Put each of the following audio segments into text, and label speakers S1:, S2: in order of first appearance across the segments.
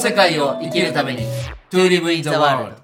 S1: 世界を生きるために To live in the world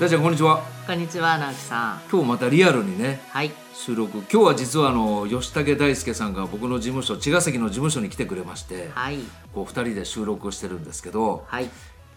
S2: 大ちゃんこんにちは
S3: こんにちは、直樹さん。
S2: 今日またリアルにね
S3: はい。
S2: 収録今日は実はあの吉武大輔さんが僕の事務所茅ヶ崎の事務所に来てくれまして、
S3: はい。
S2: こう2人で収録をしてるんですけど
S3: はい。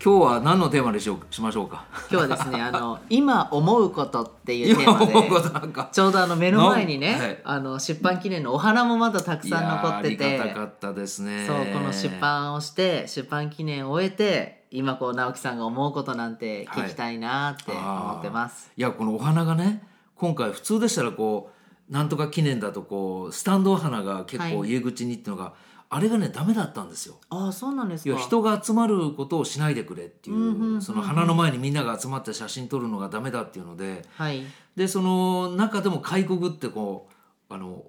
S2: 今日は何のテーマでしょうしましょうか
S3: 今日はですね、あの、今思うことっていうテー
S2: 今
S3: マで。
S2: 思うことなんか
S3: ちょうどあの目の前にね、
S2: なはい
S3: あの出版記念のお花もまだたく
S2: い
S3: さん
S2: やー
S3: 残って
S2: あり
S3: て
S2: がたかったですね
S3: そうこの出版をして出版記念を終えて今こう直樹さんが思うことなんて聞きたいなーって思ってます、
S2: いやこのお花がね今回普通でしたらこうなんとか記念だとこうスタンドお花が結構
S3: はい
S2: 入り口にっていうのが、あれがねダメだったんですよ。
S3: ああそうなんです
S2: いや
S3: か
S2: 人が集まることをしないでくれっていう,、
S3: うんうんうんうん
S2: その花の前にみんなが集まって写真撮るのがダメだっていうので
S3: はい
S2: でその中でも開国ってこうあの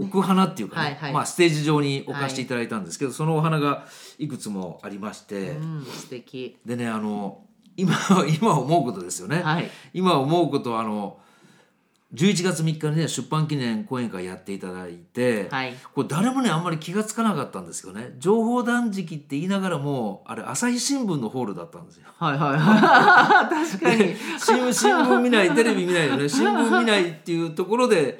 S2: 置く花っていうか、ね
S3: はいはい
S2: まあ、ステージ上に置かせていただいたんですけど、そのお花がいくつもありまして、
S3: うん素敵
S2: でねあの今 今思うことですよね、
S3: はい
S2: 今思うことはあの11月3日にね出版記念講演会やっていただいて、
S3: はい
S2: これ誰もねあんまり気がつかなかったんですけどね情報断食って言いながらもあれ朝日新聞のホールだったんですよ。
S3: はいはいはい確かに
S2: 新聞新聞見ないテレビ見ないよね新聞見ないっていうところで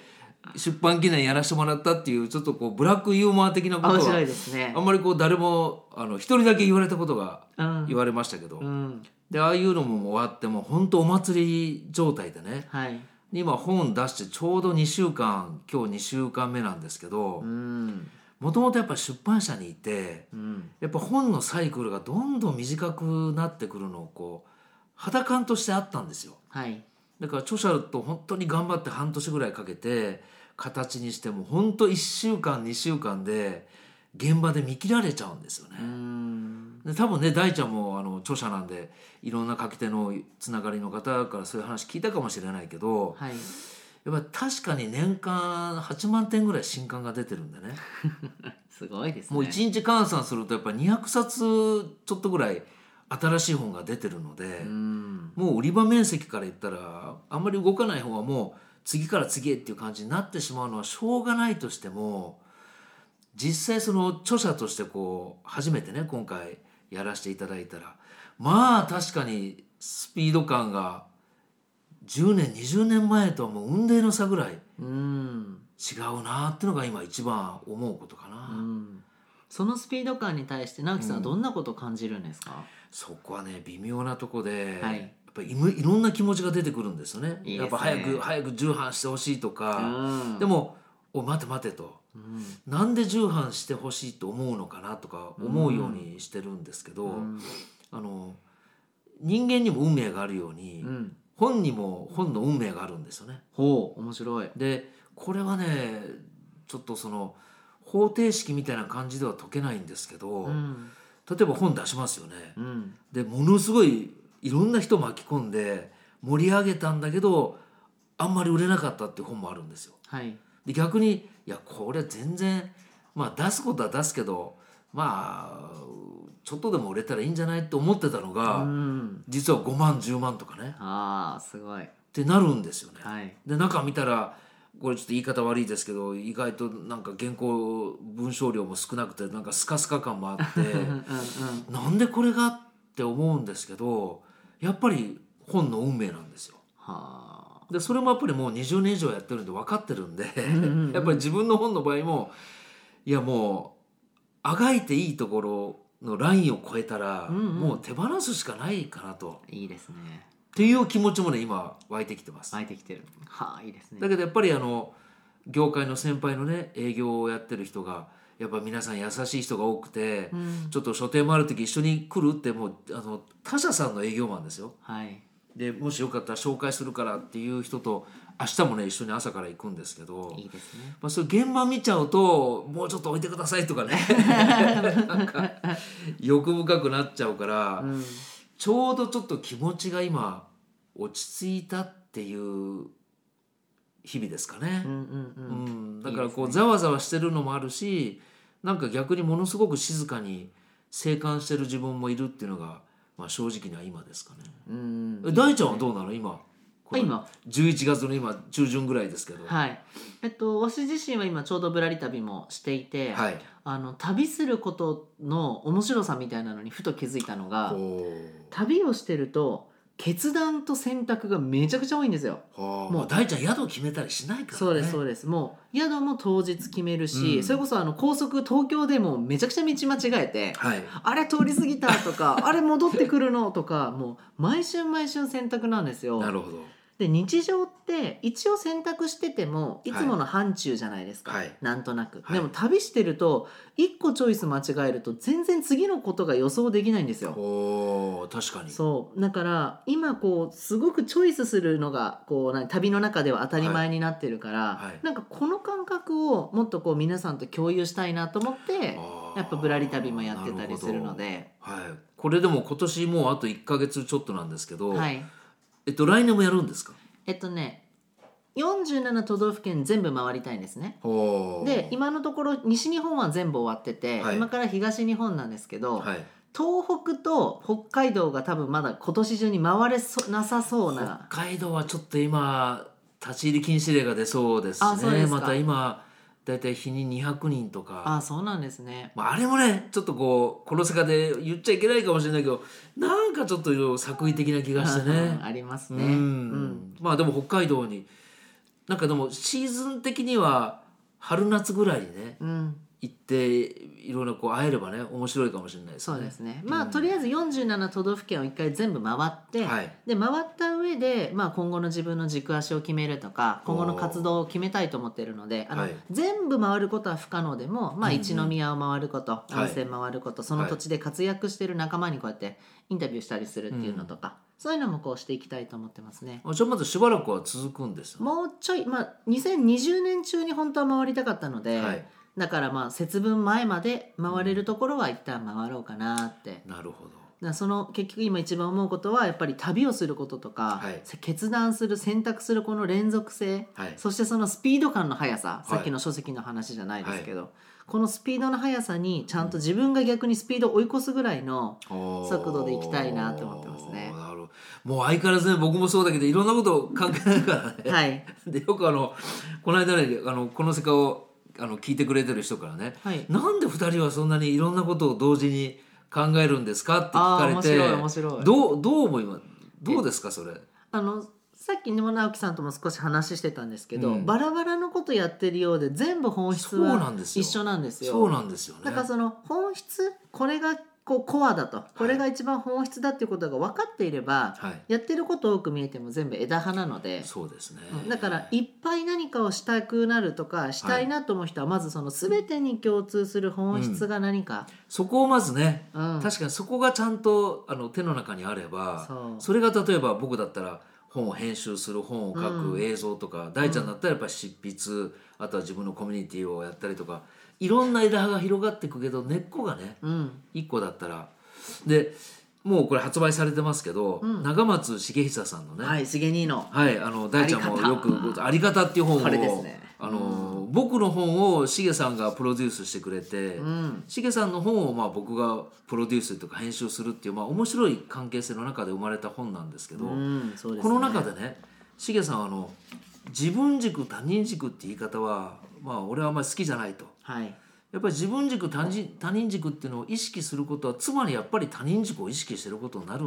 S2: 出版記念やらせてもらったっていうちょっとこうブラックユーモア的なこと
S3: 面
S2: は
S3: 白いですね
S2: あんまりこう誰もあの一人だけ言われたことが
S3: うん
S2: 言われましたけど、
S3: うん
S2: でああいうのも終わってもう本当お祭り状態でね
S3: はい
S2: 今本出してちょうど2週間今日2週間目なんですけど
S3: うん
S2: もともとやっぱり出版社にいて
S3: うん
S2: やっぱ本のサイクルがどんどん短くなってくるのをこう肌感としてあったんですよ。
S3: はい
S2: だから著者と本当に頑張って半年ぐらいかけて形にしても本当1週間2週間で現場で見切られちゃうんですよね。
S3: うん
S2: で多分ね大ちゃんもあの著者なんでいろんな書き手のつながりの方からそういう話聞いたかもしれないけど
S3: はい
S2: やっぱり確かに年間8万点ぐらい新刊が出てるんでね
S3: すごいですね
S2: もう1日換算するとやっぱり200冊ちょっとぐらい新しい本が出てるので、
S3: うん
S2: もう売り場面積から言ったらあんまり動かない方はもう次から次へっていう感じになってしまうのはしょうがないとしても実際その著者としてこう初めてね今回やらせていただいたらまあ確かにスピード感が10年20年前とはもう雲泥の差ぐらい違
S3: うん
S2: うなっていうのが今一番思うことかな。
S3: うんそのスピード感に対して直樹さんはどんなことを感じるんですか、
S2: そこはね微妙なとこで、
S3: はい
S2: やっぱりいむいろんな気持ちが出てくるんですよね。
S3: いいですね
S2: やっぱ早く早く重版してほしいと
S3: う
S2: か、
S3: ん
S2: で、も「お待て待て」と
S3: うん
S2: 「なんで重版してほしいと思うのかな」とか思うようにしてるんですけど、
S3: うん
S2: あの人間にも運命があるように、
S3: うん、
S2: 本にも本の運命があるんですよね。
S3: ほう面白い
S2: でこれはねちょっとその方程式みたいな感じでは解けないんですけど、
S3: うん
S2: 例えば本出しますよね。
S3: うん
S2: でものすごいいろんな人巻き込んで盛り上げたんだけどあんまり売れなかったっていう本もあるんですよ。
S3: はい
S2: で逆にいやこれ全然まあ出すことは出すけどまあちょっとでも売れたらいいんじゃないって思ってたのが、
S3: うん
S2: 実は5万10万とかね
S3: ああすごい
S2: ってなるんですよね。
S3: はい
S2: で中見たらこれちょっと言い方悪いですけど意外となんか原稿文章量も少なくてなんかスカスカ感もあ って。
S3: うんうんうん
S2: なんでこれがって思うんですけどやっぱり本の運命なんですよ。
S3: はあ
S2: でそれもやっぱりもう20年以上やってるんで分かってるんで
S3: んうんうん
S2: やっぱり自分の本の場合もいやもうあがいていいところのラインを超えたら、
S3: うんうん
S2: もう手放すしかないかなと
S3: いいですね
S2: っていう気持ちもね今湧いてきてます。
S3: 湧いてきてるはあいいですね
S2: だけどやっぱりあの業界の先輩のね営業をやってる人がやっぱ皆さん優しい人が多くて、
S3: うん
S2: ちょっと書店回る時一緒に来るってもうあの他社さんの営業マンですよ
S3: はい
S2: でもしよかったら紹介するからっていう人と明日もね一緒に朝から行くんですけど、
S3: いいですね
S2: まあ、そういう現場見ちゃうともうちょっと置いてくださいと かねなんか欲深くなっちゃうから、
S3: うん
S2: ちょうどちょっと気持ちが今落ち着いたっていう日々ですかね。
S3: うんうんうん
S2: うん、だから
S3: い
S2: こ
S3: いで
S2: うざわざわしてるのもあるしなんか逆にものすごく静かに静観してる自分もいるっていうのが、まあ、正直な今ですかね。
S3: うん
S2: え大ちゃんはどうなの今この
S3: 今
S2: 11月の今中旬ぐらいですけど、
S3: はいえっと、私自身は今ちょうどぶらり旅もしていて、
S2: はい
S3: あの旅することの面白さみたいなのにふと気づいたのが
S2: お
S3: 旅をしてると決断と選択がめちゃくちゃ多いんですよ。
S2: お
S3: も
S2: も
S3: う
S2: う大ちゃん宿決めたりしないからね
S3: そうですそう
S2: で
S3: ですもう宿も当日決めるし、
S2: うん
S3: それこそあの高速東京でもめちゃくちゃ道間違えて、
S2: はい
S3: あれ通り過ぎたとかあれ戻ってくるのとかもう毎週毎週選択なんですよ。
S2: なるほど
S3: で日常って一応選択しててもいつもの範疇じゃないですか、
S2: はい
S3: なんとなく、
S2: はい
S3: でも旅してると一個チョイス間違えると全然次のことが予想できないんですよ。
S2: おー確かに
S3: そうだから今こうすごくチョイスするのがこうなん旅の中では当たり前になってるから、
S2: はいはい
S3: なんかこの感覚をもっとこう皆さんと共有したいなと思って
S2: あー
S3: やっぱ「ぶらり旅」もやってたりするので
S2: なるほどはい、これでも今年もうあと1か月ちょっとなんですけど、
S3: はい、
S2: えっと、来年もやるんですか
S3: えっとね47都道府県全部回りたいんですね。
S2: おー
S3: で今のところ西日本は全部終わってて、
S2: はい
S3: 今から東日本なんですけど、
S2: はい、
S3: 東北と北海道が多分まだ今年中に回れそなさそうな
S2: 北海道はちょっと今立ち入り禁止令が出そうです
S3: あ
S2: ね
S3: そうですか
S2: また今大体日に200人とか
S3: あそうなんですね
S2: まあ、あれもねちょっとこうこの世界で言っちゃいけないかもしれないけどなんかちょっと作為的な気がしてね
S3: あります
S2: う ん
S3: ねうん
S2: まあでも北海道になんかでもシーズン的には春夏ぐらいにね
S3: うん
S2: 行っていろんなこう会えればね面白いかもしれないですね
S3: そうですねまあとりあえず47都道府県を一回全部回って、
S2: はい
S3: で回った上で、まあ、今後の自分の軸足を決めるとか今後の活動を決めたいと思ってるのであの、
S2: はい
S3: 全部回ることは不可能でも、まあ、一宮を回ること、
S2: い
S3: 温泉回ること、その土地で活躍してる仲間にこうやってインタビューしたりするっていうのとか、そういうのもこうしていきたいと思ってますね。
S2: あじゃあまずしばらくは続くんですよね
S3: もうちょい、まあ、2020年中に本当は回りたかったので、
S2: はい
S3: だからまあ節分前まで回れるところは一旦回ろうかなって
S2: なるほど
S3: だからその結局今一番思うことはやっぱり旅をすることとか、
S2: はい
S3: 決断する選択するこの連続性、
S2: はい
S3: そしてそのスピード感の速さ、
S2: い
S3: さっきの書籍の話じゃないですけど、このスピードの速さにちゃんと自分が逆にスピードを追い越すぐらいの、速
S2: 速
S3: 度で行きたいなと思ってますね
S2: なるほどもう相変わらずね僕もそうだけどいろんなことを考えながらね、
S3: はい
S2: でよくあのこの間ねあのこの世界をあの聞いてくれてる人からね、
S3: はい
S2: なんで2人はそんなにいろんなことを同時に考えるんですかって聞かれて
S3: あー面白い面白い
S2: どうどう思いますどうですかそれ
S3: あのさっきね直樹さんとも少し話してたんですけど、
S2: うん
S3: バラバラのことやってるようで全部本質
S2: そう
S3: は
S2: なんです
S3: 一
S2: よ
S3: 緒なんですよ。
S2: そうなんですよね
S3: だからその本質これがこうコアだとこれが一番本質だっていうことが分かっていれば、
S2: はい
S3: やってること多く見えても全部枝葉なので。
S2: そうですね
S3: うんだからいっぱい何かをしたくなるとかしたいなと思う人はまずその全てに共通する本質が何か、
S2: そこをまずね、
S3: うん
S2: 確かにそこがちゃんとあの手の中にあれば
S3: そう
S2: れが例えば僕だったら本を編集する本を書く、映像とか大ちゃんだったらやっぱり執筆あとは自分のコミュニティをやったりとかいろんな枝葉が広がっていくけど根っこがね、
S3: うん
S2: 一個だったらでもうこれ発売されてますけど、長松茂久さんのね、
S3: はい重兄の
S2: はい、あの大ちゃんもよくご「あり方」っていう本を
S3: これですね
S2: あの僕の本をしげさんがプロデュースしてくれてしげ、さんの本をまあ僕がプロデュースというか編集するっていう、まあ、面白い関係性の中で生まれた本なんですけど、
S3: うんそうです
S2: こ
S3: ね
S2: の中でねしげさんはあの自分軸他人軸って言い方は、まあ、俺はあんまり好きじゃないと。
S3: はい
S2: やっぱり自分軸他人他人軸っていうのを意識することはつまりやっぱり他人軸を意識してることになる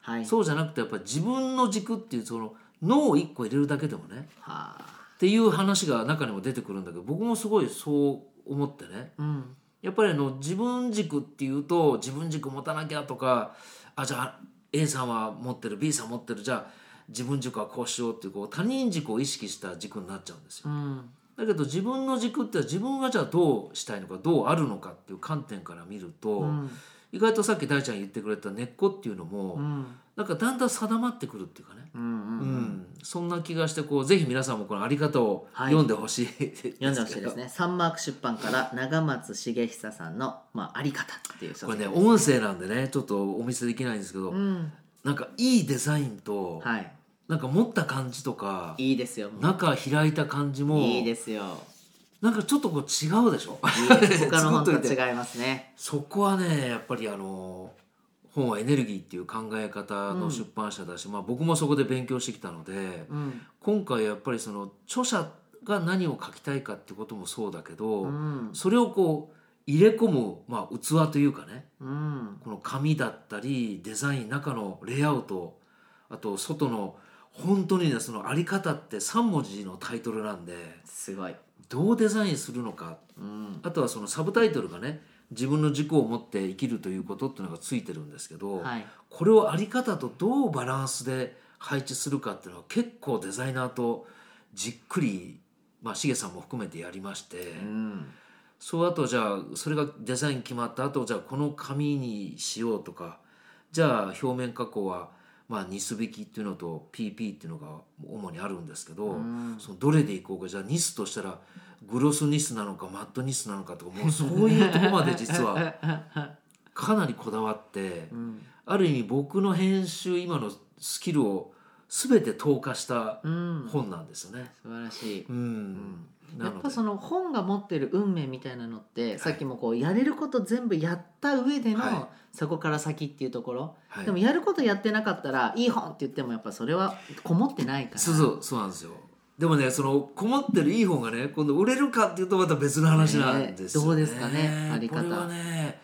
S3: はい
S2: そうじゃなくてやっぱり自分の軸っていうその脳を1個入れるだけでもね
S3: はあ
S2: っていう話が中にも出てくるんだけど僕もすごいそう思ってね
S3: うん
S2: やっぱりあの自分軸っていうと自分軸持たなきゃとかあじゃあ A さんは持ってる B さん持ってるじゃあ自分軸はこうしようっていうこう他人軸を意識した軸になっちゃうんですよ。
S3: うん
S2: だけど自分の軸って自分がじゃあどうしたいのかどうあるのかっていう観点から見ると、
S3: ん
S2: 意外とさっき大ちゃん言ってくれた根っこっていうのも、
S3: うん
S2: なんかだんだん定まってくるっていうかね、
S3: うんうん
S2: うんそんな気がしてこうぜひ皆さんもこの「あり方」を読んでほしい、
S3: 読んでほしいですね。サンマーク出版から長松茂久さんのまああり方っていう書
S2: これ
S3: 籍
S2: ね音声なんでねちょっとお見せできないんですけど、
S3: うん
S2: なんかいいデザインと、
S3: はい。
S2: なんか持った感じとか
S3: いいですよ。
S2: 中開いた感じも
S3: いいです よ。
S2: なんかちょっとこう違うでしょ
S3: いいです他の本とは
S2: 作っといて
S3: 違いますね。
S2: そこはねやっぱりあの本はエネルギーっていう考え方の出版社だし、まあ、僕もそこで勉強してきたので、
S3: うん
S2: 今回やっぱりその著者が何を書きたいかってこともそうだけど、
S3: うん
S2: それをこう入れ込む、まあ、器というかね
S3: うん
S2: この紙だったりデザイン中のレイアウトあと外の本当にねそのあり方って3文字のタイトルなんです
S3: ごい
S2: どうデザインするのか
S3: うん
S2: あとはそのサブタイトルがね自分の軸を持って生きるということっていうのがついてるんですけど、
S3: はい
S2: これをあり方とどうバランスで配置するかっていうのは結構デザイナーとじっくりまあシゲさんも含めてやりまして、
S3: うん
S2: そうあとじゃあそれがデザイン決まった後じゃあこの紙にしようとかじゃあ表面加工はまあニス引きっていうのと PP っていうのが主にあるんですけど、そのどれでいこうかじゃあニスとしたらグロスニスなのかマットニスなのかとかもうそういうとこまで実はかなりこだわって。
S3: うん
S2: ある意味僕の編集今のスキルを全て投下した
S3: うん
S2: 本なんですよね。
S3: 素晴らしい
S2: うん、な
S3: や
S2: の
S3: っ
S2: で
S3: ぱその本が持ってる運命みたいなのって、さっきもこうやれること全部やった上での、
S2: はい
S3: そこから先っていうところ、
S2: はい
S3: でもやることやってなかったらいい本って言ってもやっぱそれはこもってないから
S2: そうそうそうなんですよ。でもねそのこもってるいい本がね今度売れるかっていうとまた別の話なんですよ
S3: ねどう
S2: ね。
S3: ですかねあり方
S2: これはね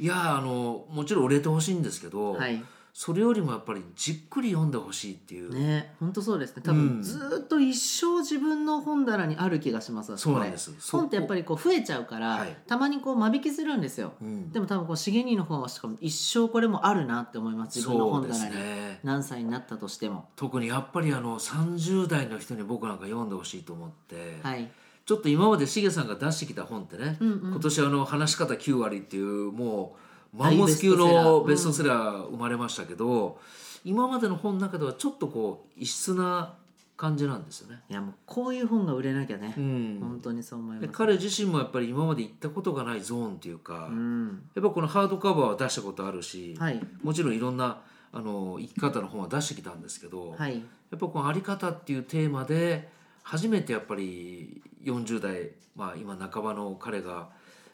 S2: いやあのもちろん売れてほしいんですけど、
S3: はい
S2: それよりもやっぱりじっくり読んでほしいっていう、
S3: ね本当そうですね多
S2: う
S3: 分
S2: ん
S3: ずーっと一生自分の本棚にある気がします
S2: そうなん
S3: これ
S2: ですそこ
S3: 本ってやっぱりこう増えちゃうから、
S2: はい
S3: たまにこう間引きするんですよ、
S2: うん
S3: でも多分こう重兄の本はしかも一生これもあるなって思います自分の
S2: そう
S3: 本
S2: です
S3: 棚に、
S2: ね。
S3: 何歳になったとしても
S2: 特にやっぱりあの30代の人に僕なんか読んでほしいと思って、
S3: はい
S2: ちょっと今までしげさんが出してきた本ってね、
S3: うんうん
S2: 今年あの「話し方9割」っていうもうマンモス級の
S3: 大
S2: ベ
S3: ベ
S2: ス
S3: ス
S2: ト
S3: ト
S2: セラー生まれましたけど、今までの本の中ではちょっとこう異質な感じなんですよね。
S3: いやもうこういう本が売れなきゃね、
S2: うん
S3: 本当にそう思います
S2: で彼自身もやっぱり今まで行ったことがないゾーンというか、
S3: うん
S2: やっぱこのハードカバーは出したことあるし、
S3: はい
S2: もちろんいろんなあの生き方の本は出してきたんですけど、
S3: はい
S2: やっぱこの「あり方」っていうテーマで初めてやっぱり40代、まあ、今半ばの彼が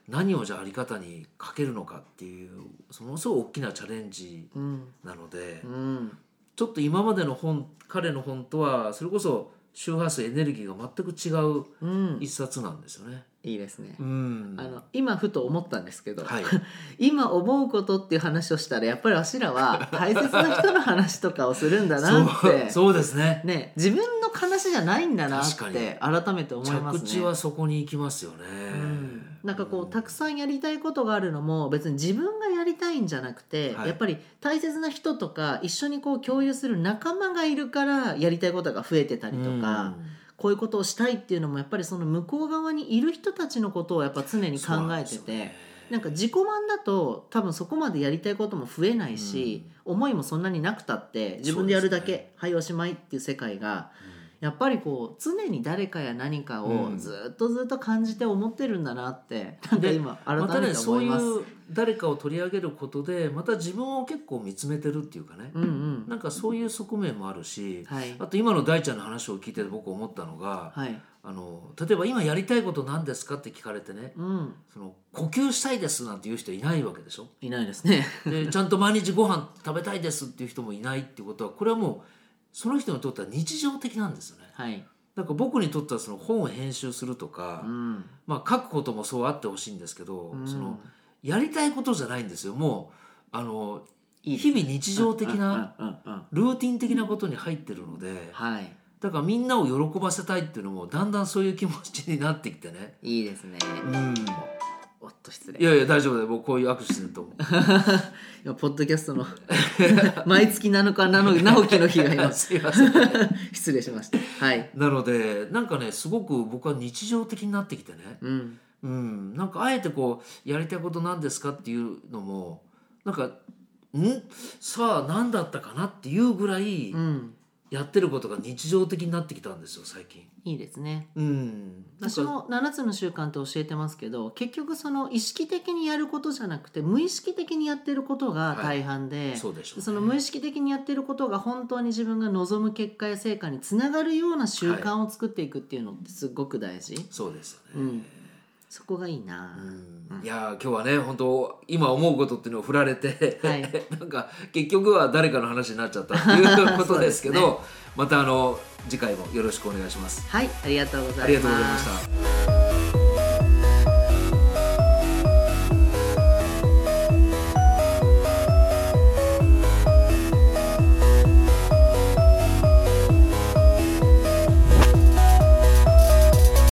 S2: 何をじゃああり方にかけるのかっていうそのすごい大きなチャレンジ
S3: うん
S2: なので
S3: うん
S2: ちょっと今までの本彼の本とはそれこそ周波数エネルギーが全く違う
S3: うん
S2: 一冊なんですよね。
S3: いいですね、
S2: うん
S3: あの今ふと思ったんですけど、
S2: はい
S3: 今思うことっていう話をしたらやっぱりわしら は大切な人の話とかをするんだなっ
S2: そう
S3: て
S2: そうですね。
S3: ね自分の話じゃないんだなっ
S2: 確かに
S3: て改めて思います
S2: 着
S3: ね。
S2: 地はそこに行きますよね。
S3: うんなんかこうたくさんやりたいことがあるのも別に自分がやりたいんじゃなくて、
S2: はい
S3: やっぱり大切な人とか一緒にこう共有する仲間がいるからやりたいことが増えてたりとか、
S2: うん
S3: こういうことをしたいっていうのもやっぱりその向こう側にいる人たちのことをやっぱ常に考えて
S2: そうなんです
S3: て
S2: よ
S3: な,、
S2: ね
S3: んか自己満だと多分そこまでやりたいことも増えないし、思いもそんなになくたって自分でやるだ
S2: そう
S3: け、
S2: です
S3: はいおしまいっていう世界が。やっぱりこう常に誰かや何か
S2: う
S3: を
S2: ん
S3: ずっとずっと感じて思ってるんだなって、なんか
S2: で
S3: 今
S2: また
S3: 改め
S2: ね
S3: て
S2: そ
S3: 思
S2: う
S3: い
S2: い
S3: ます。
S2: う誰かを取り上げることでまた自分を結構見つめてるっていうかね、
S3: うんうん
S2: なんかそういう側面もあるし、
S3: はい
S2: あと今の大ちゃんの話を聞いて僕思ったのが、
S3: はい
S2: あの例えば今やりたいこと何ですかって聞かれてね、
S3: うん
S2: その呼吸したいですなんて言う人いないわけでしょ
S3: いないですね。
S2: でちゃんと毎日ご飯食べたいですっていう人もいないってことはこれはもうその人にとっては日常的なんですよね。
S3: はい
S2: なんか僕にとってはその本を編集するとか、
S3: うん
S2: まあ、書くこともそうあってほしいんですけど、
S3: うん
S2: そのやりたいことじゃないんですよもうあの
S3: いいです
S2: 日々日常的な
S3: うんうんうんうん
S2: ルーティン的なことに入ってるので
S3: はい
S2: だからみんなを喜ばせたいっていうのもだんだんそういう気持ちになってきてね。
S3: いいですね。
S2: うん、
S3: おっと失礼。
S2: いやいや大丈夫だよもうこういうアクシデン トも
S3: 今ポッドキャストの 毎月7日なの直樹の日が今
S2: すいません
S3: 失礼しました。はい。
S2: なのでなんかねすごく僕は日常的になってきてね、
S3: うん
S2: うん、なんかあえてこうやりたいことなんですかっていうのもなんか「んさあ何だったかな?」っていうぐらい
S3: うん
S2: やってることが日常的になってきたんですよ最近。
S3: いいですね。
S2: うん、なんか
S3: 私も7つの習慣って教えてますけど結局その意識的にやることじゃなくて無意識的にやってることが大半で、
S2: そうでしょうね
S3: その無意識的にやってることが本当に自分が望む結果や成果につながるような習慣を作っていくっていうのってすごく大事、
S2: そうですよね。
S3: うんそこがいいな、
S2: いやー今日はね本当今思うことっていうのを振られて、
S3: はい
S2: なんか結局は誰かの話になっちゃったという
S3: そ
S2: こ
S3: う
S2: と
S3: で
S2: ですす
S3: ね
S2: けどまたあの次回もよろしくお願いします。
S3: はいありがとうございます
S2: ありがとうございました。